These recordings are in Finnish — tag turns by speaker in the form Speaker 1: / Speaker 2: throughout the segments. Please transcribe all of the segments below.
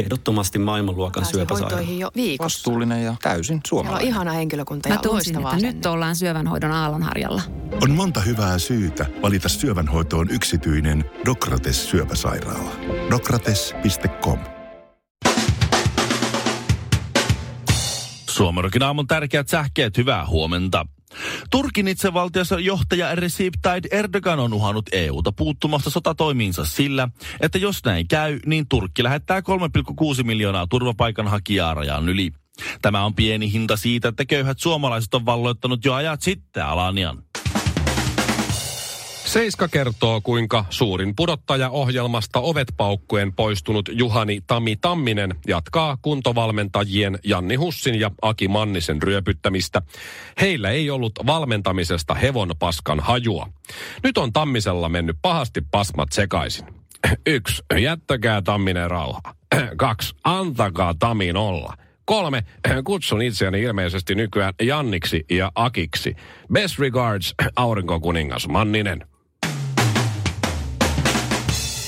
Speaker 1: Ehdottomasti maailmanluokan
Speaker 2: Pääsee
Speaker 1: syöpäsairaala.
Speaker 2: hoitoihin jo viikossa.
Speaker 3: Vastuullinen ja täysin
Speaker 2: Siellä on
Speaker 3: suomalainen.
Speaker 2: ihana henkilökunta
Speaker 4: Mä
Speaker 2: ja
Speaker 4: tunsin,
Speaker 2: loistavaa
Speaker 4: että nyt
Speaker 2: asennetta.
Speaker 4: ollaan syövänhoidon aallonharjalla.
Speaker 5: On monta hyvää syytä valita syövänhoitoon yksityinen Dokrates syöpäsairaala. Dokrates.com
Speaker 6: Suomerokin aamun tärkeät sähkeet, hyvää huomenta. Turkin itsevaltiossa johtaja Recep Tayyip Erdogan on uhannut EUta puuttumasta sotatoimiinsa sillä, että jos näin käy, niin Turkki lähettää 3,6 miljoonaa turvapaikanhakijaa rajan yli. Tämä on pieni hinta siitä, että köyhät suomalaiset on valloittanut jo ajat sitten Alanian.
Speaker 7: Seiska kertoo, kuinka suurin pudottaja ohjelmasta ovet paukkuen poistunut Juhani Tami Tamminen jatkaa kuntovalmentajien Janni Hussin ja Aki Mannisen ryöpyttämistä. Heillä ei ollut valmentamisesta hevon paskan hajua. Nyt on Tammisella mennyt pahasti pasmat sekaisin. Yksi, jättäkää Tamminen rauha. Kaksi, antakaa Tamin olla. Kolme, kutsun itseäni ilmeisesti nykyään Janniksi ja Akiksi. Best regards, aurinkokuningas Manninen.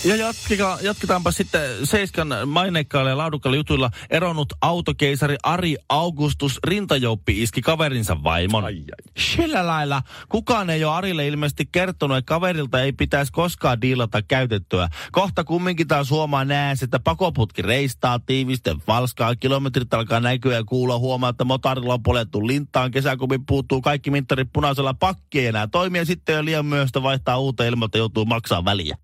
Speaker 6: Ja jatkika, jatketaanpa sitten Seiskan maineikkailla ja laadukkailla jutuilla eronnut autokeisari Ari Augustus rintajouppi iski kaverinsa vaimon. Ai, ai. Sillä lailla kukaan ei ole Arille ilmeisesti kertonut, että kaverilta ei pitäisi koskaan diilata käytettyä. Kohta kumminkin taas huomaa nääs, että pakoputki reistaa tiivisten valskaa, kilometrit alkaa näkyä ja kuulla huomaa, että motorilla on poljettu lintaan, kesäkumin puuttuu kaikki mittarit punaisella pakki ei enää toimia, sitten jo liian myöhäistä vaihtaa uuteen ilman, että joutuu maksaa väliä.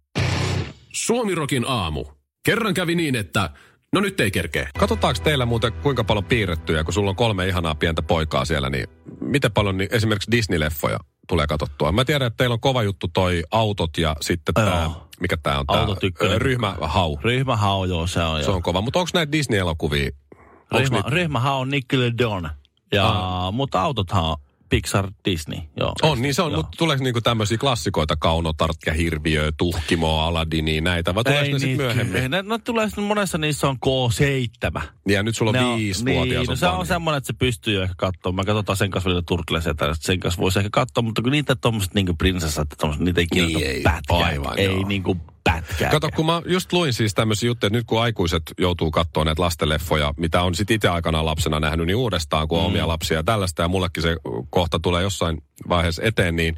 Speaker 8: Suomirokin aamu. Kerran kävi niin, että... No nyt ei kerkeä.
Speaker 7: Katsotaanko teillä muuten kuinka paljon piirrettyjä, kun sulla on kolme ihanaa pientä poikaa siellä, niin miten paljon niin esimerkiksi Disney-leffoja tulee katsottua? Mä tiedän, että teillä on kova juttu toi autot ja sitten tämä,
Speaker 6: Joo.
Speaker 7: mikä tämä on,
Speaker 6: Autot ykkönen.
Speaker 7: tämä ryhmähau.
Speaker 6: Ryhmähau, joo, se on.
Speaker 7: Se
Speaker 6: joo.
Speaker 7: on kova, mutta onko näitä Disney-elokuvia? Onks
Speaker 6: Ryhmä,
Speaker 7: niitä- Ah.
Speaker 6: Ryhmähau on Nickelodeon. Ja, mutta autothan on Pixar Disney. Joo.
Speaker 7: On, niin se on,
Speaker 6: Joo.
Speaker 7: mutta tuleeko niinku tämmöisiä klassikoita, Kaunotartka, Hirviö, Tuhkimo, Aladini, näitä, vai tuleeko ne sitten
Speaker 6: niitä
Speaker 7: myöhemmin?
Speaker 6: kyllä. Ne, no tulee sitten monessa niissä on K7.
Speaker 7: Ja nyt sulla
Speaker 6: Ne
Speaker 7: on viisivuotias
Speaker 6: niin, no, se on semmoinen, että se pystyy jo ehkä katsomaan. Mä katsotaan sen kanssa vielä turkilaisia tai sen kanssa voisi ehkä katsoa, mutta kun niitä tommoset niinku prinsessat, tommoset, niitä ei kirjoita
Speaker 7: Niin, ei,
Speaker 6: pätkää.
Speaker 7: aivan,
Speaker 6: ei
Speaker 7: joo.
Speaker 6: niinku pätkää.
Speaker 7: Kato, kun mä just luin siis tämmöisiä juttuja, että nyt kun aikuiset joutuu katsoa näitä lastenleffoja, mitä on sitten itse aikana lapsena nähnyt, niin uudestaan, kun on
Speaker 6: Mm.
Speaker 7: omia lapsia ja tällaista, ja mullekin se kohta tulee jossain vaiheessa eteen, niin,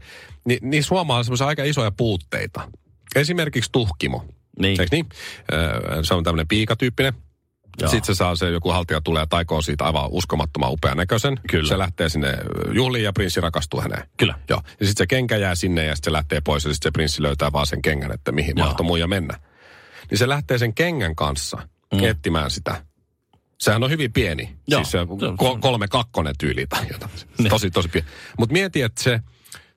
Speaker 7: niin niissä huomaa semmoisia aika isoja puutteita. Esimerkiksi tuhkimo.
Speaker 6: Niin.
Speaker 7: Eikö niin? Öö, Se on tämmöinen piikatyyppinen.
Speaker 6: Joo.
Speaker 7: Joo. Sitten se saa se, joku haltija tulee taikoon siitä aivan uskomattoman upean näköisen.
Speaker 6: Kyllä.
Speaker 7: Se lähtee sinne juhliin ja prinssi rakastuu häneen.
Speaker 6: Kyllä.
Speaker 7: Joo. Ja sitten se kenkä jää sinne ja sitten se lähtee pois ja sitten se prinssi löytää vaan sen kengän, että mihin
Speaker 6: Joo.
Speaker 7: mahtoi muija mennä. Niin se lähtee sen kengän kanssa mm. etsimään sitä. Sehän on hyvin pieni.
Speaker 6: Joo.
Speaker 7: Siis se
Speaker 6: Se on- Niin.
Speaker 7: ko- kolme kakkonen tyyli tai jotain. Tosi, tosi pieni. Mutta mieti, että se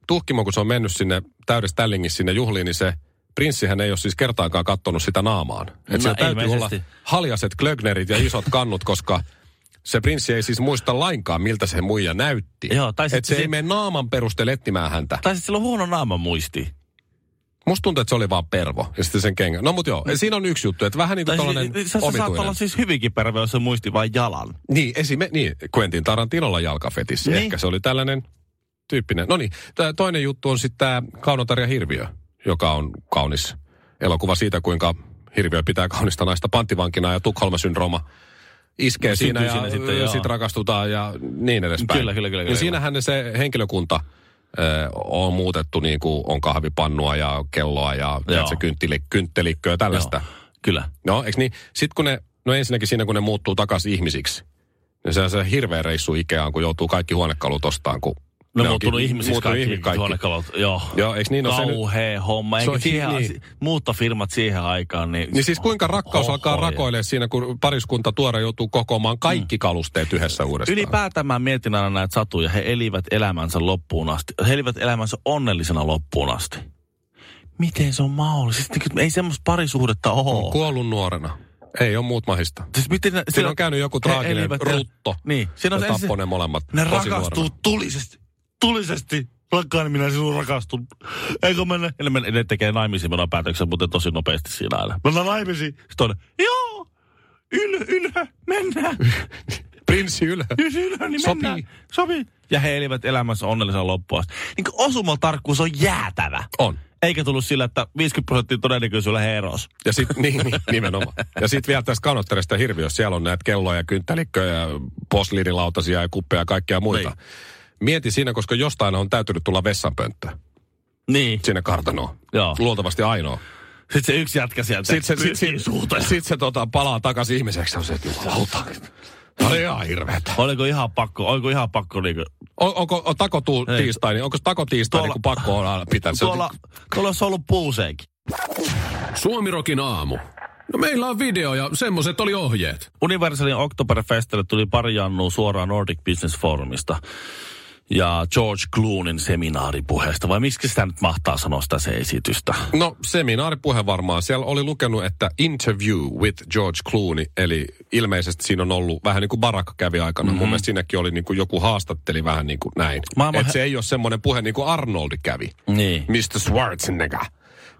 Speaker 7: tuhkimo, kun se on mennyt sinne täydessä tällingissä sinne juhliin, niin se prinssihän ei ole siis kertaakaan kattonut sitä naamaan.
Speaker 6: No,
Speaker 7: Että siellä täytyy olla
Speaker 6: ilmeisesti.
Speaker 7: haljaset klögnerit ja isot kannut, koska se prinssi ei siis muista lainkaan, miltä se muija näytti.
Speaker 6: Joo, tai sit
Speaker 7: Et se,
Speaker 6: se-
Speaker 7: se ei mene naaman perusteella etsimään häntä.
Speaker 6: Tai sitten sillä on huono naama
Speaker 7: Niin
Speaker 6: muisti.
Speaker 7: Musta tuntuu, että se oli vaan pervo ja sitten sen kengä. No mut joo, siinä on yksi juttu, että vähän niin kuin
Speaker 6: Tai siis
Speaker 7: tällainen
Speaker 6: se, se, se saattaa
Speaker 7: omituinen.
Speaker 6: olla siis hyvinkin perve, jos se muisti vain jalan.
Speaker 7: Niin, esime- niin, Quentin Tarantinolla jalkafetissi.
Speaker 6: Niin.
Speaker 7: Niin. Ehkä se oli tällainen tyyppinen. No niin, tää toinen juttu on sitten tämä Kaunotarja Hirviö, joka on kaunis elokuva siitä, kuinka Hirviö pitää kaunista naista panttivankina ja Tukholma-syndrooma iskee
Speaker 6: No,
Speaker 7: siinä,
Speaker 6: syntyy
Speaker 7: ja
Speaker 6: siinä sitten,
Speaker 7: sitten
Speaker 6: joo.
Speaker 7: sit rakastutaan ja niin edespäin.
Speaker 6: Kyllä, kyllä, kyllä,
Speaker 7: Ja
Speaker 6: kyllä.
Speaker 7: siinähän se henkilökunta ö, on muutettu niin kuin on kahvipannua ja kelloa ja tiedätkö, kynttili, kynttelikköä ja tällaista.
Speaker 6: Joo. Kyllä.
Speaker 7: No, eikö niin? Sitten kun ne, no ensinnäkin siinä kun ne muuttuu takaisin ihmisiksi, niin sehän se hirveä reissu Ikeaan, kun joutuu kaikki huonekalut ostaan, kun...
Speaker 6: No
Speaker 7: ne
Speaker 6: ne
Speaker 7: onkin-
Speaker 6: muuttunut ihmisiksi
Speaker 7: muuttunut
Speaker 6: kaikki,
Speaker 7: ihmi-
Speaker 6: kaikki. huonekalut, joo.
Speaker 7: Joo, eiks niin? No se nyt-
Speaker 6: Kauhea homma,
Speaker 7: Se
Speaker 6: eikä
Speaker 7: on hi-
Speaker 6: siihen
Speaker 7: niin.
Speaker 6: niin. muuttofirmat siihen aikaan, niin...
Speaker 7: Niin siis kuinka rakkaus
Speaker 6: Oho, Mm.
Speaker 7: alkaa
Speaker 6: ja-
Speaker 7: rakoilemaan siinä, kun pariskunta tuore joutuu kokoamaan kaikki kalusteet yhdessä uudestaan.
Speaker 6: Ylipäätään mä mietin aina näitä satuja. He elivät elämänsä loppuun asti. He elivät elämänsä onnellisena loppuun asti. Miten se on mahdollista? Sitten kun Ei semmoista parisuhdetta
Speaker 7: On
Speaker 6: ole.
Speaker 7: kuollut nuorena. Ei ole muut mahista.
Speaker 6: Siis miten ne,
Speaker 7: Siinä on käynyt joku
Speaker 6: he
Speaker 7: traaginen
Speaker 6: elivät-
Speaker 7: rutto.
Speaker 6: Niin. Siinä
Speaker 7: Ja
Speaker 6: on se ensin,
Speaker 7: tappoi ne molemmat
Speaker 6: Ne
Speaker 7: tosi
Speaker 6: rakastuu
Speaker 7: nuorena.
Speaker 6: tulisesti. Tulisesti. Rakkaan minä sinun rakastun. Eikö mennä? Ne, men- ne tekee naimisiin mennä päätöksen muuten tosi nopeasti siinä aina. Mennään naimisiin. Sitten on, joo, yl, ylhä, mennään.
Speaker 7: Prinssi ylhä.
Speaker 6: Jos ylhä, niin
Speaker 7: Sopii.
Speaker 6: mennään. Sopii. Ja he elivät elämänsä onnellisena loppua. Niin kuin osumatarkkuus on jäätävä.
Speaker 7: On.
Speaker 6: eikä tullut sillä, että 50 prosenttia todennäköisyydellä he erosi.
Speaker 7: Ja sit, niin, niin, nimenomaan. Ja sitten vielä tästä kanotterista hirviössä, siellä on näitä kelloja, ja kynttilikköjä, ja posliinilautasia ja kuppeja ja kaikkea muita.
Speaker 6: Niin.
Speaker 7: Mieti siinä, koska jostain on täytynyt tulla vessanpönttö
Speaker 6: Niin.
Speaker 7: sinne kartanoon.
Speaker 6: Joo.
Speaker 7: Luultavasti ainoa.
Speaker 6: Sitten se yksi jätkä sieltä.
Speaker 7: Sitten se, sit,
Speaker 6: pyyhkii suuta.
Speaker 7: sit, sit se tota, palaa takaisin ihmiseksi. On se, että jumalauta. Tää oli niin, ihan hirveetä.
Speaker 6: Oliko ihan pakko, oliko ihan pakko niinku...
Speaker 7: On, onko on tako tuu,
Speaker 6: Ei.
Speaker 7: tiistai, niin onko tako tiistai,
Speaker 6: Tuolla-
Speaker 7: niin kun pakko on aina pitää? Se on-
Speaker 6: Tuolla, tuolla olisi ollut puuseenkin.
Speaker 8: Suomirokin aamu. No meillä on video ja semmoset oli ohjeet.
Speaker 6: Universalin Oktoberfestille tuli pari jannua suoraan Nordic Business Forumista ja George Cloonin seminaaripuheesta, vai miksi sitä nyt mahtaa sanoa sitä se esitystä?
Speaker 7: No seminaaripuhe varmaan. Siellä oli lukenut, että interview with George Clooney, eli ilmeisesti siinä on ollut vähän niin kuin Barak kävi aikana. Mm-hmm. Mun mielestä siinäkin oli niin kuin joku haastatteli vähän niin kuin näin.
Speaker 6: Mhm. Maailman
Speaker 7: Että
Speaker 6: hä-
Speaker 7: se ei ole semmoinen puhe niin kuin Arnold kävi.
Speaker 6: Niin.
Speaker 7: Mr. Schwarzenegger.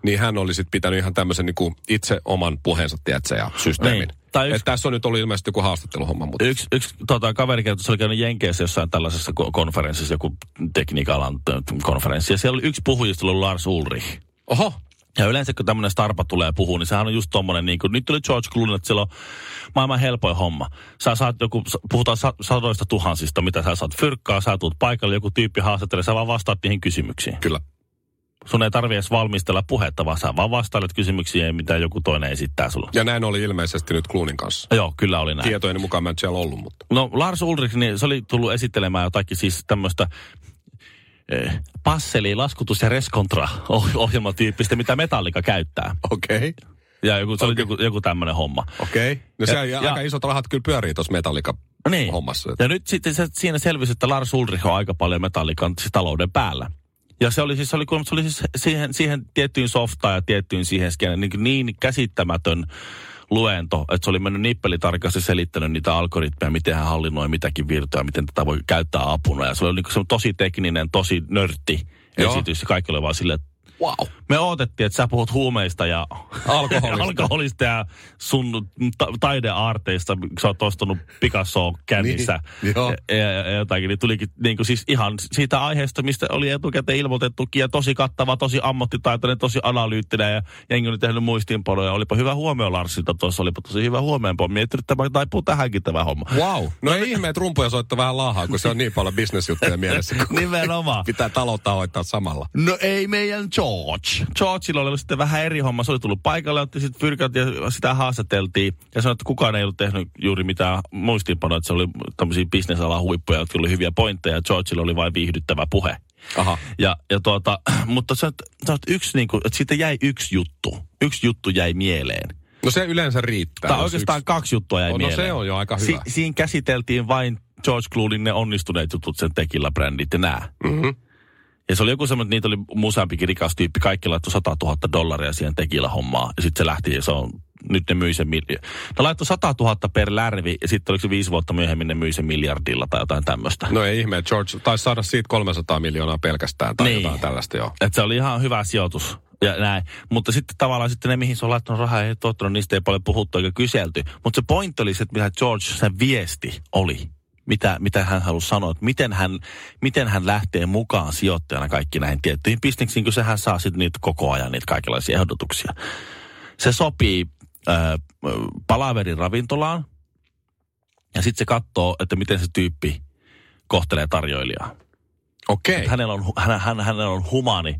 Speaker 7: Niin hän oli sitten pitänyt ihan tämmöisen niin kuin itse oman puheensa, tiedätkö, ja systeemin.
Speaker 6: Niin. Tai yksi-
Speaker 7: Että tässä on nyt ollut ilmeisesti joku haastatteluhomma, mutta...
Speaker 6: Yksi, yksi tota, kaveri kertoi, että se oli käynyt Jenkeissä jossain tällaisessa ko- konferenssissa, joku tekniikalan t- konferenssi, ja siellä oli yksi puhujista ollut Lars Ulrich.
Speaker 7: Oho,
Speaker 6: Ja yleensä kun tämmöinen starpa tulee puhuu, niin sehän on just tommonen, niin kuin, nyt tuli George Clooney, että sillä on maailman helpoin homma. Sä saat joku, s- puhutaan sa- sadoista tuhansista, mitä sä saat fyrkkaa, sä tulet paikalle, joku tyyppi haastattelee, sä vaan vastaat niihin kysymyksiin.
Speaker 7: kyllä.
Speaker 6: Sun ei tarvi edes valmistella puhetta, vaan sä vaan vastailet kysymyksiin, mitä joku toinen esittää sulle.
Speaker 7: Ja näin oli ilmeisesti nyt Cloonin kanssa.
Speaker 6: Ja. Joo, kyllä oli näin.
Speaker 7: Tietojeni mukaan mä en siellä ollut, mutta...
Speaker 6: No Lars Ulrich, niin se oli tullut esittelemään jotakin siis tämmöistä eh, passeli, laskutus ja reskontra ohjelmatyyppistä, mitä Metallica käyttää.
Speaker 7: Okei. Okay.
Speaker 6: Ja joku, se oli joku, joku tämmöinen homma.
Speaker 7: Okei. Okay. No
Speaker 6: Ja-
Speaker 7: se ja,
Speaker 6: ja-
Speaker 7: aika isot rahat kyllä pyörii tuossa metallika
Speaker 6: Niin.
Speaker 7: hommassa.
Speaker 6: Ja nyt sitten se, siinä selvisi, että Lars Ulrich on aika paljon metallikan siis talouden päällä. Ja se oli siis, se oli, kun- se oli siis siihen, siihen tiettyyn softaan ja tiettyyn siihen skeen, niin, kuin niin käsittämätön luento, että se oli mennyt nippelitarkasti selittänyt niitä algoritmeja, miten hän hallinnoi mitäkin virtoja, miten tätä voi käyttää apuna. Ja se oli niin kuin tosi tekninen, tosi nörtti
Speaker 7: Joo.
Speaker 6: esitys. Ja kaikki oli vaan silleen, että
Speaker 7: Wow.
Speaker 6: me odotettiin, että sä puhut huumeista ja
Speaker 7: Alkoholista.
Speaker 6: alkoholista ja sun ta- taideaarteista, kun sä oot ostanut Picassoa kännissä
Speaker 7: Niin, joo.
Speaker 6: ja, ja, ja jotakin, niin tulikin niin kuin siis ihan siitä aiheesta, mistä oli etukäteen ilmoitettukin ja tosi kattava, tosi ammattitaitoinen, tosi analyyttinen ja jengi oli tehnyt muistiinpanoja. Olipa hyvä huomio Larsilta tuossa, olipa tosi hyvä huomioonpa. Mietin, että tämä taipuu tähänkin tämä homma.
Speaker 7: Wow. No
Speaker 6: niin.
Speaker 7: ei ihme, että rumpuja soittaa vähän laahaa, kun se on niin paljon bisnesjuttuja mielessä. kun
Speaker 6: Nimenomaan.
Speaker 7: Pitää taloutta hoitaa samalla.
Speaker 6: No ei meidän George. Georgeilla oli ollut sitten vähän eri homma. Se oli tullut paikalle, otti sitten fyrkät ja sitä haastateltiin. Ja sanoi, että kukaan ei ollut tehnyt juuri mitään muistiinpanoja. Että se oli tämmöisiä bisnesalan huippuja, jotka oli hyviä pointteja. Georgeilla oli vain viihdyttävä puhe.
Speaker 7: Aha.
Speaker 6: Ja, ja tuota, mutta sä, oot- sä oot yksi niin kuin, että siitä jäi yksi juttu. Yksi juttu jäi mieleen.
Speaker 7: No se yleensä riittää.
Speaker 6: Tai
Speaker 7: jos
Speaker 6: oikeastaan
Speaker 7: yksi-
Speaker 6: yksi... kaksi juttua jäi
Speaker 7: No, no
Speaker 6: mieleen.
Speaker 7: se on jo aika hyvä.
Speaker 6: Si- siinä käsiteltiin vain George Cloonin ne onnistuneet jutut, sen tekillä brändit ja nää.
Speaker 7: Mhm.
Speaker 6: Ja se oli joku semmoinen, että niitä oli useampikin rikas tyyppi, kaikki laittoi 100 000 dollaria siihen tekillä hommaa. Ja sitten se lähti ja se on, nyt ne myi sen miljo. Ne laittoi 100 000 per lärvi ja sitten oliko se viisi vuotta myöhemmin ne myi sen miljardilla tai jotain tämmöistä.
Speaker 7: No ei ihme, että George taisi saada siitä 300 miljoonaa pelkästään tai
Speaker 6: Niin.
Speaker 7: jotain tällaista, joo.
Speaker 6: Että se oli ihan hyvä sijoitus ja näin. Mutta sitten tavallaan sitten ne, mihin se on laittanut rahaa, ei tuottanut, niistä ei paljon puhuttu eikä kyselty. Mutta se pointti oli se, että mitä George sen viesti oli. Mitä, mitä hän halusi sanoa, että miten hän, miten hän lähtee mukaan sijoittajana kaikki näihin tiettyihin bisneksiin, kun sehän saa sitten niitä koko ajan niitä kaikenlaisia ehdotuksia. Se sopii äh, palaverin ravintolaan ja sitten se katsoo, että miten se tyyppi kohtelee tarjoilijaa
Speaker 7: Okei.
Speaker 6: että hänellä on, hu- hän, hän, hänellä on humani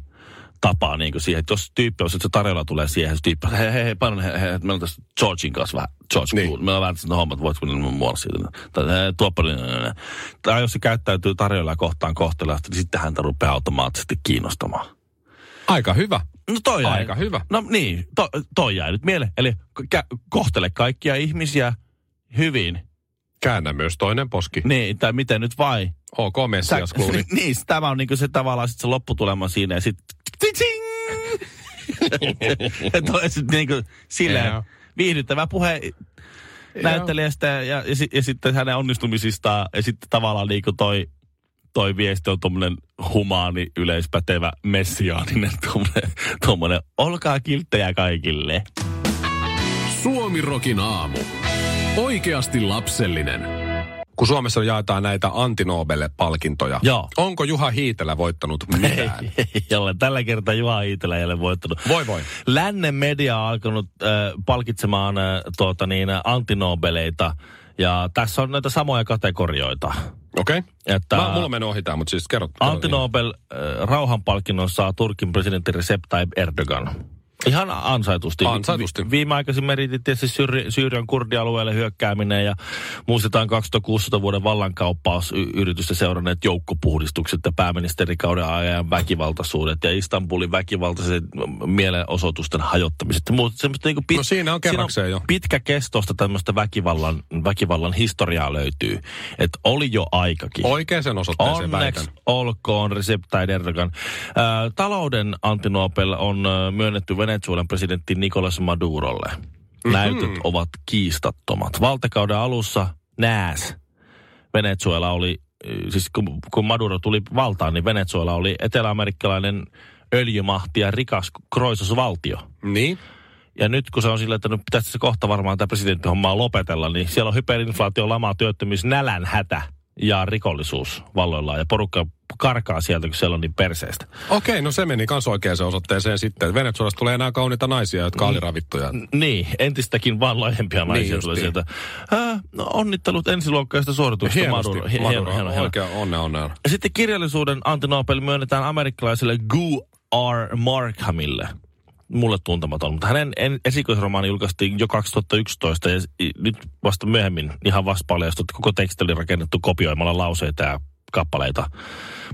Speaker 6: tapa niin kuin siihen, että jos tyyppi on, että se tarjolla tulee siihen, se tyyppi on, hei, hei, hei, paljon, hei, hei, että meillä on tässä Georgein kanssa vähän, George
Speaker 7: Niin.
Speaker 6: niin. Clooney, meillä on vähän tässä ne hommat, voitko ne muualla siitä, tai hei, tuoppa, niin, niin, niin. tai jos se käyttäytyy tarjolla kohtaan kohteliaasti, niin sitten häntä rupeaa automaattisesti kiinnostamaan.
Speaker 7: Aika hyvä.
Speaker 6: No toi jäi.
Speaker 7: Aika hyvä.
Speaker 6: No niin, to, toi jäi nyt mieleen. Eli kä- kohtele kaikkia ihmisiä hyvin.
Speaker 7: Käännä myös toinen poski.
Speaker 6: Niin, tai miten nyt vai?
Speaker 7: Ok, Messias
Speaker 6: Sä-
Speaker 7: Clooney.
Speaker 6: niin, se- tämä on niinku se tavallaan sit se lopputulema siinä ja sit... Tsing! Että on sit niinku silleen
Speaker 7: Joo.
Speaker 6: viihdyttävä puhe näyttelijästä ja, ja, si- ja sitten hänen onnistumisistaan ja sitten tavallaan niinku toi, toi viesti on tommonen humaani, yleispätevä, messiaaninen tommonen, tommonen olkaa kilttejä kaikille.
Speaker 8: Suomirokin aamu. Oikeasti lapsellinen.
Speaker 7: kun Suomessa jaetaan näitä Antinobel-palkintoja.
Speaker 6: Joo.
Speaker 7: Onko Juha Hiitelä voittanut mitään?
Speaker 6: jolle tällä kertaa Juha Hiitelä ei ole voittanut.
Speaker 7: Voi voi.
Speaker 6: Lännen media on alkanut äh, palkitsemaan äh, tuota, niin, äh, antinobeleita. Ja tässä on näitä samoja kategorioita.
Speaker 7: Okei. Okay.
Speaker 6: Että,
Speaker 7: Mä, mulla meni ohi tää, mutta siis kerro. kerro
Speaker 6: Antti Nobel äh, rauhanpalkinnon saa Turkin presidentti Recep Tayyip Erdogan. Ihan ansaitusti.
Speaker 7: Ansaitusti.
Speaker 6: Vi- viimeaikaisin meritit tietysti Syri- Syyrian kurdialueelle hyökkääminen ja muistetaan 2016 vuoden vallankauppausyritystä seuranneet joukkopuhdistukset ja pääministerikauden ajan väkivaltaisuudet ja Istanbulin väkivaltaiset mielenosoitusten hajottamiset. ja Muut, semmoista niinku
Speaker 7: No siinä on kerrakseen jo.
Speaker 6: pitkä kestosta tämmöistä väkivallan, väkivallan historiaa löytyy. Että oli jo aikakin.
Speaker 7: Oikeeseen osoitteeseen
Speaker 6: Onneksi
Speaker 7: väitän.
Speaker 6: olkoon Recep Tayyip Erdogan. Ö, talouden Antti Nobel on ö, myönnetty Venezuelan presidentti Nicolas Madurolle. Näytöt mm-hmm. ovat kiistattomat. Valtakauden alussa nääs Venezuela oli, ö, siis kun, kun Maduro tuli valtaan, niin Venezuela oli eteläamerikkalainen öljymahti ja rikas kroisusvaltio.
Speaker 7: Niin.
Speaker 6: Ja nyt kun se on silleen, että nyt pitäisi se kohta varmaan tämä presidenttihommaa lopetella, niin siellä on hyperinflaatio, lama, työttömyys, nälän hätä ja rikollisuus valloillaan. Ja porukka karkaa sieltä, kun siellä on niin perseistä.
Speaker 7: Okei, no se meni kans oikeeseen osoitteeseen sitten. Venezuelasta tulee enää kauniita naisia, jotka oli ravittuja.
Speaker 6: Niin, entistäkin vaan laajempia naisia tulee
Speaker 7: Niin justiin.
Speaker 6: sieltä. Äh, no, onnittelut ensiluokkaista suorituksista
Speaker 7: Hienosti.
Speaker 6: Maduro. Hie-
Speaker 7: Maduro.
Speaker 6: hieno, hieno, Siis hieno.
Speaker 7: Oikea onnea, onnea.
Speaker 6: Ja Sitten kirjallisuuden Antti Nobel myönnetään amerikkalaiselle Gu R. Markhamille. Mulle tuntematon, mutta hänen en- esikoisromaani julkaistiin jo 2011 ja s- i- nyt vasta myöhemmin ihan vasta paljastui, että koko teksti oli rakennettu kopioimalla lauseita ja kappaleita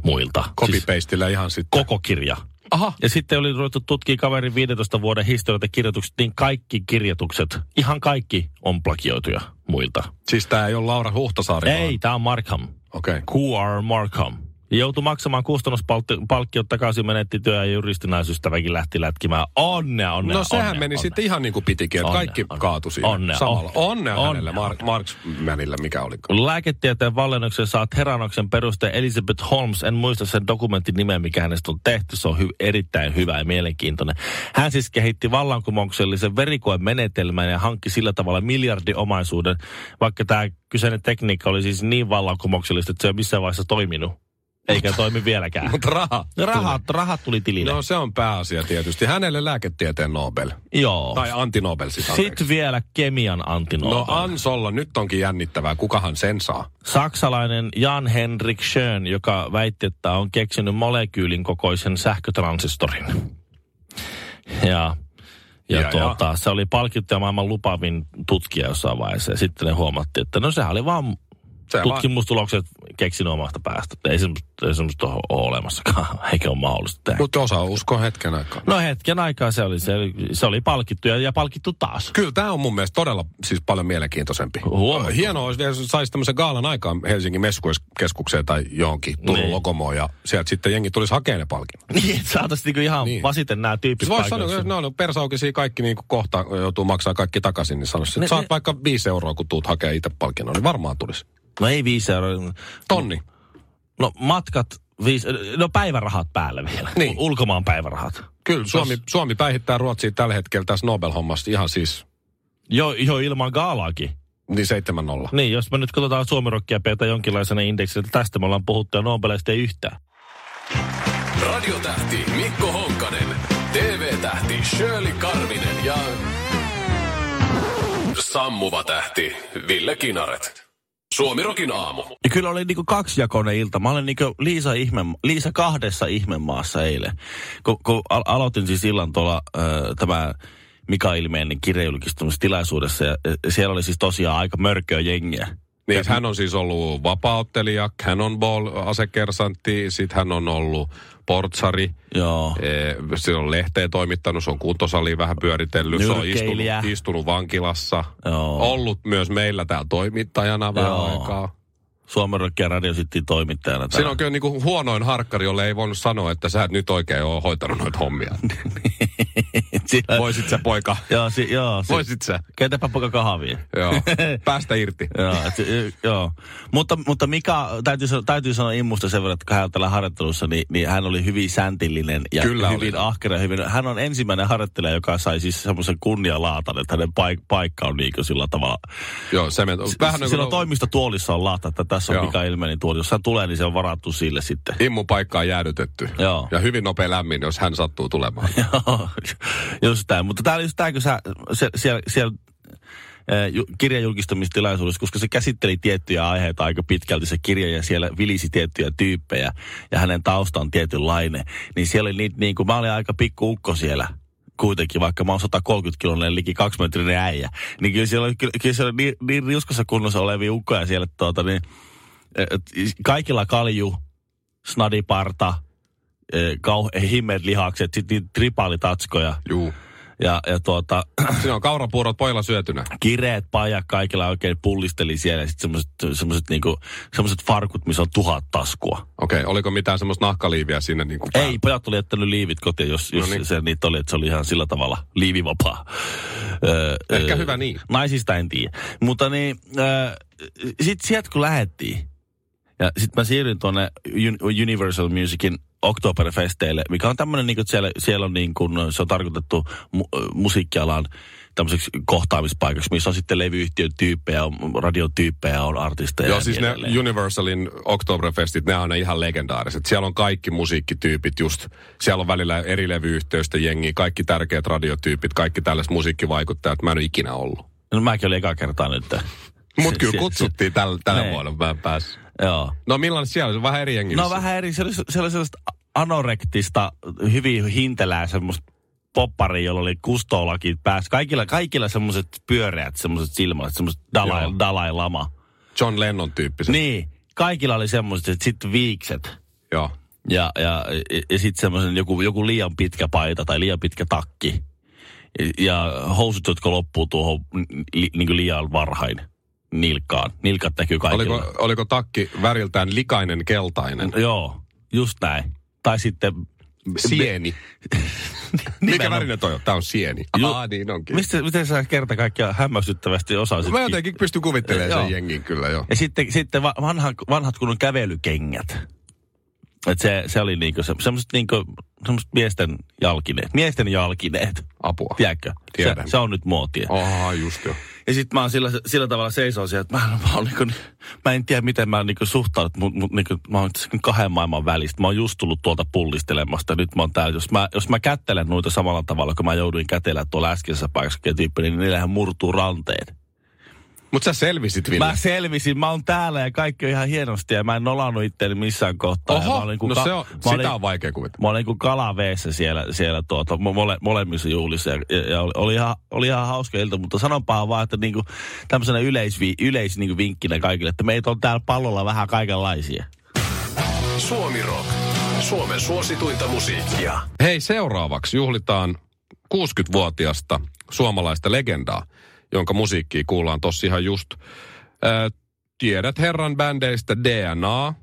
Speaker 6: muilta. Siis
Speaker 7: Copy-pasteillä ihan sitten.
Speaker 6: koko kirja.
Speaker 7: Aha.
Speaker 6: Ja sitten oli ruvettu tutkia kaverin 15 vuoden historiat ja kirjoitukset, niin kaikki kirjoitukset, ihan kaikki on plagioituja muilta.
Speaker 7: Siis tää ei ole Laura Huhtasaari
Speaker 6: Ei, tämä on Markham.
Speaker 7: Okei. Okay.
Speaker 6: QR Markham. Ja Joutui maksamaan kustannuspalkkiot takaisin, menetti työ ja juristinaisystäväkin lähti lätkimään. Onnea, onnea,
Speaker 7: No sehän
Speaker 6: onnea,
Speaker 7: meni
Speaker 6: onnea.
Speaker 7: sitten ihan niin kuin pitikin, että
Speaker 6: Onnea,
Speaker 7: kaikki
Speaker 6: onnea.
Speaker 7: kaatui siinä
Speaker 6: Onnea,
Speaker 7: samalla. Onnea,
Speaker 6: onnea,
Speaker 7: hänelle,
Speaker 6: onnea.
Speaker 7: Mar- Marksmanille, mikä oli.
Speaker 6: Lääketieteen vallennuksen saa Heranoksen peruste Elizabeth Holmes. En muista sen dokumentin nimeä, mikä hänestä on tehty. Se on hy- erittäin hyvä ja mielenkiintoinen. Hän siis kehitti vallankumouksellisen verikoemenetelmän ja hankki sillä tavalla miljardiomaisuuden, vaikka tämä kyseinen tekniikka oli siis niin vallankumouksellista, että se ei ole missään vaiheessa toiminut. Eikä toimi vieläkään.
Speaker 7: Mutta raha.
Speaker 6: Rahat, rahat tuli tilille.
Speaker 7: No se on pääasia tietysti. Hänelle lääketieteen Nobel.
Speaker 6: Joo.
Speaker 7: Tai antinobel siis anteeksi.
Speaker 6: Sitten vielä kemian antinootan.
Speaker 7: No Ansolla nyt onkin jännittävää. Kukahan sen saa?
Speaker 6: Saksalainen Jan Henrik Schön, joka väitti, että on keksinyt molekyylin kokoisen sähkötransistorin. Ja, ja,
Speaker 7: Ja,
Speaker 6: ja tuota, se oli palkittu ja maailman lupavin tutkija jossain vaiheessa. Ja sitten ne huomattiin, että no sehän oli vaan
Speaker 7: Se vaan-
Speaker 6: tutkimustulokset keksinyt omasta päästä. Että Ei semmoista, ei semmoista ole olemassakaan, eikä ole mahdollista tehdä.
Speaker 7: Mutta osa uskoo hetken aikaa.
Speaker 6: No hetken aikaa se oli, se, oli- se oli palkittu ja, ja palkittu taas.
Speaker 7: Kyllä tämä on mun mielestä todella siis paljon mielenkiintoisempi.
Speaker 6: Huomattavasti.
Speaker 7: Hienoa olisi vielä, jos saisi tämmöisen gaalan aikaan Helsingin messuiskeskukseen tai johonkin Turun
Speaker 6: Niin.
Speaker 7: Lokomoon ja sieltä sitten jengi tulisi hakemaan ne palkinnot.
Speaker 6: Niin, että saataisiin niinku ihan
Speaker 7: Niin.
Speaker 6: niin. vasiten nämä tyypit
Speaker 7: Siis voisi sanoa,
Speaker 6: paikoissa.
Speaker 7: jos ne on persaukisia kaikki niin kuin kohta joutuu maksaa kaikki takaisin, niin sanoisi,
Speaker 6: Ne-
Speaker 7: että saat
Speaker 6: ne-
Speaker 7: vaikka viisi euroa, kun tuut hakemaan itse palkinnon, niin varmaan tulisi.
Speaker 6: No ei viisi euroa.
Speaker 7: Tonni.
Speaker 6: No matkat, viisi, no päivärahat päälle vielä.
Speaker 7: Niin.
Speaker 6: U- Ulkomaan päivärahat.
Speaker 7: Kyllä, Suomi, Suomi päihittää Ruotsia tällä hetkellä tässä Nobel-hommassa ihan siis
Speaker 6: Jo, jo ilman gaalaakin.
Speaker 7: niin 7-0.
Speaker 6: Niin, jos me nyt katsotaan suomirokkia peitä jonkinlaisena indeksinä, että tästä me ollaan puhuttu ja Nobelista ei yhtään.
Speaker 8: Radiotähti Mikko Honkanen, TV-tähti Shirley Karvinen ja sammuva tähti Ville Kinaret. Suomirokin aamu.
Speaker 6: Ja kyllä oli niinku kaksijakoinen ilta. Mä olin niinku Liisa, ihme, Liisa kahdessa ihmemaassa eilen. Kun, kun al- aloitin siis illan tuolla ö, tämä Mika Ilmeinen kirjajulkistumistilaisuudessa ja, ja siellä oli siis tosiaan aika mörköä jengiä.
Speaker 7: Niin, hän on siis ollut vapauttelija, cannonball-asekersantti, sitten hän on ollut portsari,
Speaker 6: Joo.
Speaker 7: ee, se on lehteen toimittanut, se on kuntosaliin vähän pyöritellyt, se on istunut,
Speaker 6: Nyrkeilijä.
Speaker 7: istunut vankilassa,
Speaker 6: Joo.
Speaker 7: ollut myös meillä täällä toimittajana vähän
Speaker 6: Joo.
Speaker 7: aikaa.
Speaker 6: Suomen Rock ja Radio City toimittajana. täällä.
Speaker 7: Siinä on kyllä niinku huonoin harkkari, jolle ei voinut sanoa, että sä et nyt oikein ole hoitanut noita hommia.
Speaker 6: Sillä-
Speaker 7: Voisit sä poika.
Speaker 6: Joo, si- joo. Si-
Speaker 7: Voisit sä.
Speaker 6: Keitäpä poika kahvia.
Speaker 7: Joo. Päästä irti.
Speaker 6: Joo, et, y- joo. Mutta, mutta Mika, täytyy, sano- täytyy sanoa Immusta sen verran, että kun hän on täällä harjoittelussa, niin, niin hän oli hyvin säntillinen ja
Speaker 7: Kyllä oli.
Speaker 6: hyvin ahkera. ja Hyvin. Hän on ensimmäinen harjoittelija, joka sai siis semmoisen kunnialaatan, että hänen paik- paikka on niin kuin sillä tavalla.
Speaker 7: Joo, se men... Vähän niin
Speaker 6: Silloin
Speaker 7: kuin
Speaker 6: toimistotuolissa on laata, että tässä on
Speaker 7: Joo.
Speaker 6: Mika Ilmenin tuoli. Jos hän tulee, niin se on varattu sille sitten.
Speaker 7: immun paikkaa jäädytetty.
Speaker 6: Joo.
Speaker 7: Ja hyvin nopea lämmin, jos hän sattuu tulemaan.
Speaker 6: Joo, just näin. Mutta tämä oli just tämä, kun sä se, siellä, siellä eh, ju- kirjajulkistamistilaisuudessa, koska se käsitteli tiettyjä aiheita aika pitkälti se kirja ja siellä vilisi tiettyjä tyyppejä ja hänen tausta on tietynlainen, niin siellä oli niitä, niin kuin mä olin aika pikku ukko siellä kuitenkin, vaikka mä oon 130 kilonen liki kaksimetrinen äijä, niin kyllä siellä oli, kyllä, kyllä siellä oli niin, niin riuskassa kunnossa olevia ukkoja siellä, tuota, niin, eh, et kaikilla kalju, snadiparta, eh, kauhe, himmeet lihakset, sitten niitä tripaalitatskoja
Speaker 7: Juu.
Speaker 6: ja, ja tuota,
Speaker 7: Siinä on kaurapuurot pojilla syötynä.
Speaker 6: kireet pajat kaikilla oikein pullisteli siellä ja sitten semmoiset niinku, semmoset farkut, missä on tuhat taskua.
Speaker 7: Okei, okay, oliko mitään semmoista nahkaliiviä sinne niin kuin
Speaker 6: Ei, pojat oli jättänyt liivit kotiin, jos, jos
Speaker 7: Noniin.
Speaker 6: se niitä oli, että se oli ihan sillä tavalla liivivapaa. Öö,
Speaker 7: Ehkä hyvä niin.
Speaker 6: Naisista en tiedä. Mutta niin, öö, sitten sieltä kun lähettiin, ja sitten mä siirryin tuonne Un- Universal Musicin Oktoberfesteille, mikä on tämmöinen, niin että siellä, siellä on niin kuin, se on tarkoitettu mu- äh, musiikkialan tämmöiseksi kohtaamispaikaksi, missä on sitten levyyhtiön tyyppejä, on radiotyyppejä, on artisteja
Speaker 7: Joo,
Speaker 6: ja
Speaker 7: siis
Speaker 6: niin
Speaker 7: ne
Speaker 6: edelleen.
Speaker 7: Universalin Oktoberfestit, ne on aina ihan legendaariset. Siellä on kaikki musiikkityypit just. Siellä on välillä eri levyyhtiöistä jengi, kaikki tärkeät radiotyypit, kaikki tällaiset musiikkivaikuttajat. Mä en ole ikinä ollut.
Speaker 6: No mäkin olin eka kertaa nyt.
Speaker 7: Mut
Speaker 6: Se-
Speaker 7: kyllä
Speaker 6: se-
Speaker 7: kutsuttiin tällä, tällä
Speaker 6: Niin.
Speaker 7: vuonna, mä en päässyt.
Speaker 6: Joo.
Speaker 7: No millainen siellä? Niin Se on vähän eri jengi.
Speaker 6: No
Speaker 7: vissiin.
Speaker 6: vähän eri, se oli, se oli sellaista anorektista, hyvin hintelää semmoista poppari, jolla oli kustoolakit päässä. Kaikilla, kaikilla semmoiset pyöreät, semmoiset silmät, semmoiset dalai,
Speaker 7: Joo.
Speaker 6: dalai lama.
Speaker 7: John Lennon tyyppiset.
Speaker 6: Niin, kaikilla oli semmoiset, sitten viikset.
Speaker 7: Joo.
Speaker 6: Ja, ja, ja, ja sitten semmoisen joku, joku liian pitkä paita tai liian pitkä takki. Ja, ja housut, jotka loppuu tuohon li, niin liian varhain nilkkaan. Nilkat näkyy kaikilla.
Speaker 7: Oliko, oliko takki väriltään likainen keltainen?
Speaker 6: Joo, just näin. Tai sitten...
Speaker 7: Sieni. Mikä
Speaker 6: Nimenomaan.
Speaker 7: värinen toi on? Tää on sieni.
Speaker 6: Ju-
Speaker 7: Aa, niin onkin.
Speaker 6: Mistä, miten sä kerta kaikkiaan hämmästyttävästi osasit?
Speaker 7: Mä jotenkin pystyn kuvittelemaan sen
Speaker 6: Joo.
Speaker 7: jengin kyllä jo.
Speaker 6: Ja sitten, sitten va- vanha, vanhat kunnon kävelykengät. Et se, se oli niinku se, semmoset niinku, semmoset miesten jalkineet. Miesten jalkineet,
Speaker 7: Apua.
Speaker 6: tiedätkö? Se,
Speaker 7: Tiedän.
Speaker 6: se, on nyt muotia.
Speaker 7: Aha, just jo.
Speaker 6: Ja sit mä oon sillä, sillä tavalla seisoo siellä, että mä, en- mä, oon niinku, mä en tiedä miten mä oon niinku suhtaudut, mut, mut niinku, mä oon tässä kahden maailman välistä. Mä oon just tullut tuolta pullistelemasta, nyt mä oon täällä. Jos mä, jos mä kättelen noita samalla tavalla, kun mä jouduin kätellä tuolla äskeisessä paikassa, kun tyyppi, niin niillähän murtuu ranteet.
Speaker 7: Mut sä selvisit, Ville.
Speaker 6: Mä selvisin, mä oon täällä ja kaikki on ihan hienosti ja mä en nolannut itteeni missään kohtaa. Ja mä
Speaker 7: Oho,
Speaker 6: olin
Speaker 7: no
Speaker 6: ka-
Speaker 7: se on,
Speaker 6: mä
Speaker 7: sitä
Speaker 6: olin,
Speaker 7: on vaikea kuvitella.
Speaker 6: Mä olin kuin kalaveessä siellä, siellä tuota, mo- mole, molemmissa juhlissa ja, ja- ja oli, oli, ihan, oli ihan hauska ilta, mutta sanonpahan vaan, että niinku, tämmöisenä yleisvi, yleis, niinku vinkkinä kaikille, että meitä on täällä pallolla vähän kaikenlaisia.
Speaker 8: Suomi Rock. Suomen suosituinta musiikkia.
Speaker 7: Hei, seuraavaksi juhlitaan 60-vuotiasta suomalaista legendaa, jonka musiikkia kuullaan tossa ihan just. Ö, tiedät herran bändeistä DNA,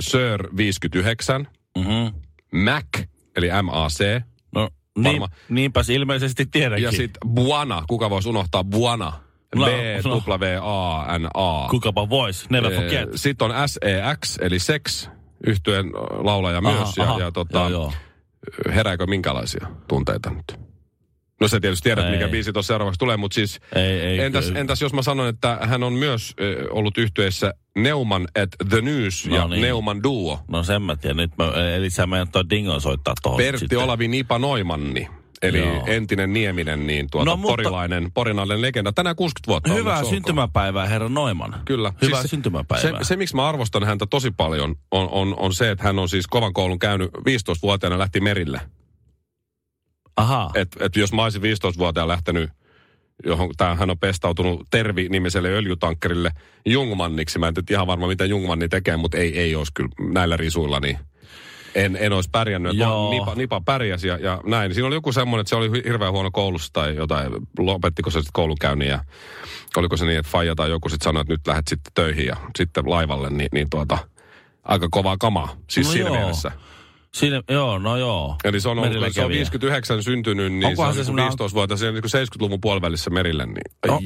Speaker 7: Sir 59,
Speaker 6: Mm-hmm.
Speaker 7: Mac, eli MAC,
Speaker 6: No, niin,
Speaker 7: Varma-
Speaker 6: niinpäs ilmeisesti tiedänkin.
Speaker 7: ja sitten Buana. Kuka voisi unohtaa Buana?
Speaker 6: No,
Speaker 7: B,
Speaker 6: no.
Speaker 7: W, A, N, A.
Speaker 6: Kukapa vois, never forget.
Speaker 7: Sitten on SEX, eli Sex, yhtyeen laulaja aha, myös. Ja, aha. ja tota,
Speaker 6: joo, joo.
Speaker 7: herääkö minkälaisia tunteita nyt? No sä tietysti tiedät,
Speaker 6: Ei.
Speaker 7: Ei. mikä biisi tuossa seuraavaksi tulee, mutta siis
Speaker 6: Ei, ei,
Speaker 7: entäs,
Speaker 6: kyllä.
Speaker 7: entäs jos mä sanon, että hän on myös ö, ollut yhtyeessä Neuman at the News
Speaker 6: No
Speaker 7: ja
Speaker 6: niin.
Speaker 7: Neuman Duo.
Speaker 6: No sen mä tiedän. Nyt mä, eli sä menet tuon dingon soittaa tuohon.
Speaker 7: Pertti Olavi Nipa Noimanni, eli
Speaker 6: Joo.
Speaker 7: entinen Nieminen, niin tuota
Speaker 6: No,
Speaker 7: no,
Speaker 6: mutta-
Speaker 7: mutta... porilainen, porinainen legenda. Tänään 60 vuotta. on,
Speaker 6: Hyvää
Speaker 7: se olkoon.
Speaker 6: syntymäpäivää, herra Noiman.
Speaker 7: Kyllä.
Speaker 6: Hyvää
Speaker 7: Siis se- Se,
Speaker 6: syntymäpäivää.
Speaker 7: se, miksi mä arvostan häntä tosi paljon, on, on, on se, että hän on siis kovan koulun käynyt 15-vuotiaana lähti merille.
Speaker 6: Aha.
Speaker 7: että et jos mä olisin 15-vuotiaan lähtenyt, johon tää, hän on pestautunut Tervi-nimiselle öljytankkerille Jungmanniksi. Mä en nyt ihan varma, mitä Jungmanni tekee, mutta ei, ei olisi kyllä näillä risuilla, niin en, en olisi pärjännyt. Et
Speaker 6: Joo.
Speaker 7: vaan Nipa, nipa pärjäsi ja, ja, näin. Siinä oli joku semmoinen, että se oli hy- hirveän huono koulussa tai jotain. Lopettiko se sitten koulunkäynnin ja oliko se niin, että faija tai joku sitten sanoi, että nyt lähdet sitten töihin ja sitten laivalle, niin, niin tuota, aika kovaa kamaa. Siis
Speaker 6: No
Speaker 7: no siinä
Speaker 6: joo.
Speaker 7: mielessä.
Speaker 6: Siinä, joo, no joo.
Speaker 7: Eli se on, ollut, se on
Speaker 6: Meriläkävijä.
Speaker 7: 59 syntynyt, niin
Speaker 6: Onkohan
Speaker 7: se
Speaker 6: se
Speaker 7: on
Speaker 6: semmoinen-
Speaker 7: 15 vuotta, se on niin kuin 70-luvun puolivälissä merille. Niin. Ai,
Speaker 6: No.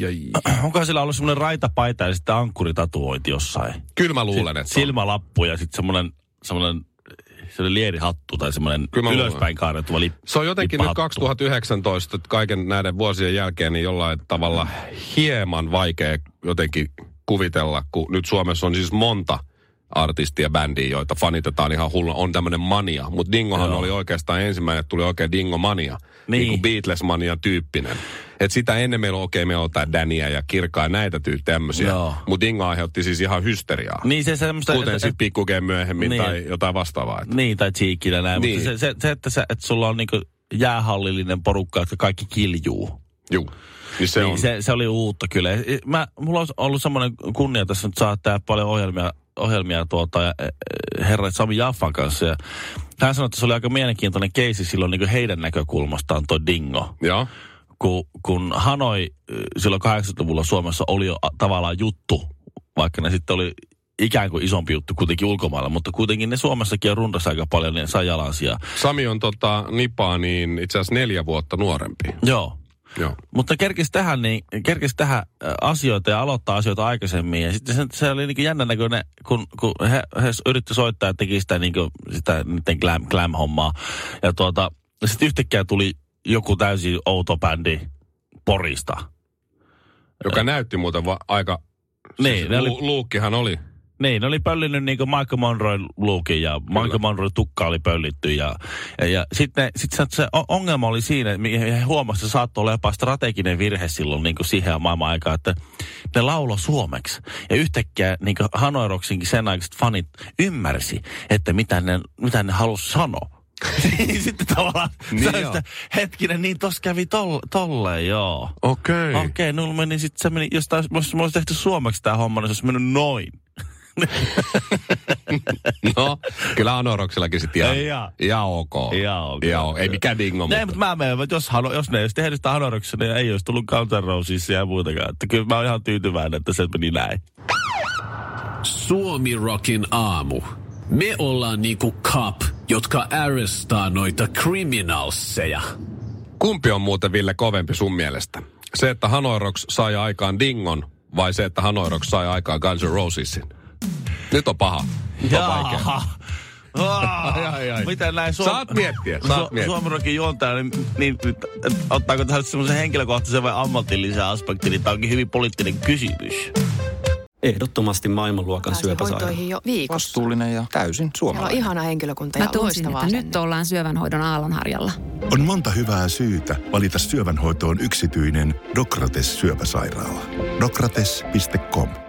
Speaker 7: ai.
Speaker 6: Onkohan sillä ollut semmoinen raitapaita ja sitten ankkuri tatuointi jossain?
Speaker 7: Kyllä mä luulen, että on.
Speaker 6: Silmälappu ja sitten semmoinen, semmoinen, semmoinen lierihattu tai semmoinen
Speaker 7: Kyllä mä luulen.
Speaker 6: ylöspäin kaarrettuva lippu.
Speaker 7: Se on jotenkin nyt
Speaker 6: Lippahattu.
Speaker 7: 2019, että kaiken näiden vuosien jälkeen, niin jollain tavalla hieman vaikea jotenkin kuvitella, kun nyt Suomessa on siis monta artistia, bändiä, joita fanitetaan ihan hulluna. On tämmöinen mania, mutta Dingohan
Speaker 6: Joo.
Speaker 7: oli oikeastaan ensimmäinen, että tuli oikein Dingo-mania. Niin.
Speaker 6: Niin.
Speaker 7: niin kuin Beatles-mania tyyppinen. Et sitä ennen meillä on, okei, okay, meillä on tää Dania ja Kirkaa ja näitä tyyppejä tämmöisiä.
Speaker 6: Joo.
Speaker 7: Mutta Dingo aiheutti siis ihan hysteriaa.
Speaker 6: Niin se semmoista...
Speaker 7: Kuten
Speaker 6: et-
Speaker 7: sitten pikkukeen myöhemmin
Speaker 6: Niin.
Speaker 7: tai jotain vastaavaa. Et.
Speaker 6: Niin, tai tsiikillä näin.
Speaker 7: Niin.
Speaker 6: Niin. Mutta se, se, se, että, se, että sulla on niinku jäähallillinen porukka, jotka kaikki kiljuu.
Speaker 7: Juu. Niin se
Speaker 6: niin,
Speaker 7: on.
Speaker 6: Se, se, oli uutta kyllä. E- Mä, mulla on ollut semmoinen kunnia tässä nyt saa tää paljon ohjelmia, ohjelmia tuota, ja, e, herra Sami Jaffan kanssa. Ja hän sanoi, että se oli aika mielenkiintoinen keisi silloin niin heidän näkökulmastaan toi dingo.
Speaker 7: Joo.
Speaker 6: Kun, kun Hanoi ö, silloin 80-luvulla Suomessa oli jo a- tavallaan juttu, vaikka ne sitten oli ikään kuin isompi juttu kuitenkin ulkomailla, mutta kuitenkin ne Suomessakin on rundassa aika paljon, niin saa jalansia.
Speaker 7: Sami on tota, nipaa niin itse asiassa neljä vuotta nuorempi.
Speaker 6: Joo.
Speaker 7: Joo.
Speaker 6: Mutta kerkis tähän, niin, kerkis tähän ö, asioita ja aloittaa asioita aikaisemmin. Ja sitten se, se oli niin jännän näköinen, kun, kun he, he yritti soittaa ja teki sitä, niin kuin, sitä niiden glam, glam-hommaa. Ja tuota, sitten yhtäkkiä tuli joku täysin outo bändi Porista.
Speaker 7: Joka näytti muuten va- aika...
Speaker 6: Niin,
Speaker 7: siis
Speaker 6: ne oli-
Speaker 7: Lu- Luukkihan oli.
Speaker 6: Niin, ne oli pöllinyt niin kuin Michael Monroe luukin ja Michael Monroe tukka oli pöllitty. Ja, ja, ja sitten sit se, se o- ongelma oli siinä, mihin he huomasivat, että se saattoi olla jopa strateginen virhe silloin niin kuin siihen maailman aikaan, että ne laulo suomeksi. Ja yhtäkkiä niin kuin Hanoi Rocksinkin sen aikaiset fanit ymmärsi, että mitä ne, mitä ne halusi sanoa. Niin sitten tavallaan,
Speaker 7: Niin
Speaker 6: niin
Speaker 7: joo.
Speaker 6: sitä, hetkinen, niin tos kävi tolle, tolle joo.
Speaker 7: Okei.
Speaker 6: Okei, okay, no meni sit se meni, jos tää olisi- jos me olisi tehty suomeksi tää homma, niin se olisi mennyt noin.
Speaker 7: No, kyllä Anoroksellakin sitten ihan,
Speaker 6: Ei jaa.
Speaker 7: ihan ok.
Speaker 6: Ihan ok.
Speaker 7: Ihan ok. Ei mikään dingo,
Speaker 6: Ei,
Speaker 7: mutta
Speaker 6: mutta mä menen, että jos, hano, jos ne ei olisi tehnyt sitä hanoroksia, niin ei olisi tullut Guns N' Rosesissa ja muutakaan. Että kyllä mä oon ihan tyytyväinen, että se meni näin.
Speaker 8: Suomi Rockin aamu. Me ollaan niinku cop, jotka arrestaa noita criminalseja.
Speaker 7: kumpi on muuten Ville kovempi sun mielestä? Se, että Hanoiroks sai aikaan dingon vai se, että Hanoiroks sai aikaan Guns N' Rosesin? Nyt on paha. Nyt on vaikea.
Speaker 6: Ah,
Speaker 7: Ai, ai, ai.
Speaker 6: Miten näin Suom-
Speaker 7: Saat miettiä, saat miettiä.
Speaker 6: Suomirokin juontaja, niin, niin nyt, et, ottaako tähän semmoisen henkilökohtaisen vai ammatillisen aspektin, niin tämä onkin hyvin poliittinen kysymys.
Speaker 1: Ehdottomasti maailmanluokan
Speaker 2: pääsee
Speaker 1: syöpäsairaala.
Speaker 2: hoitoihin jo viikossa.
Speaker 3: Vastuullinen ja täysin
Speaker 2: Siellä on
Speaker 3: suomalainen.
Speaker 2: ihana henkilökunta ja
Speaker 4: Mä toisin,
Speaker 2: loistavaa
Speaker 4: että nyt
Speaker 2: asennetta.
Speaker 4: ollaan syövänhoidon aallonharjalla.
Speaker 5: On monta hyvää syytä valita syövänhoitoon yksityinen Dokrates syöpäsairaala. Dokrates.com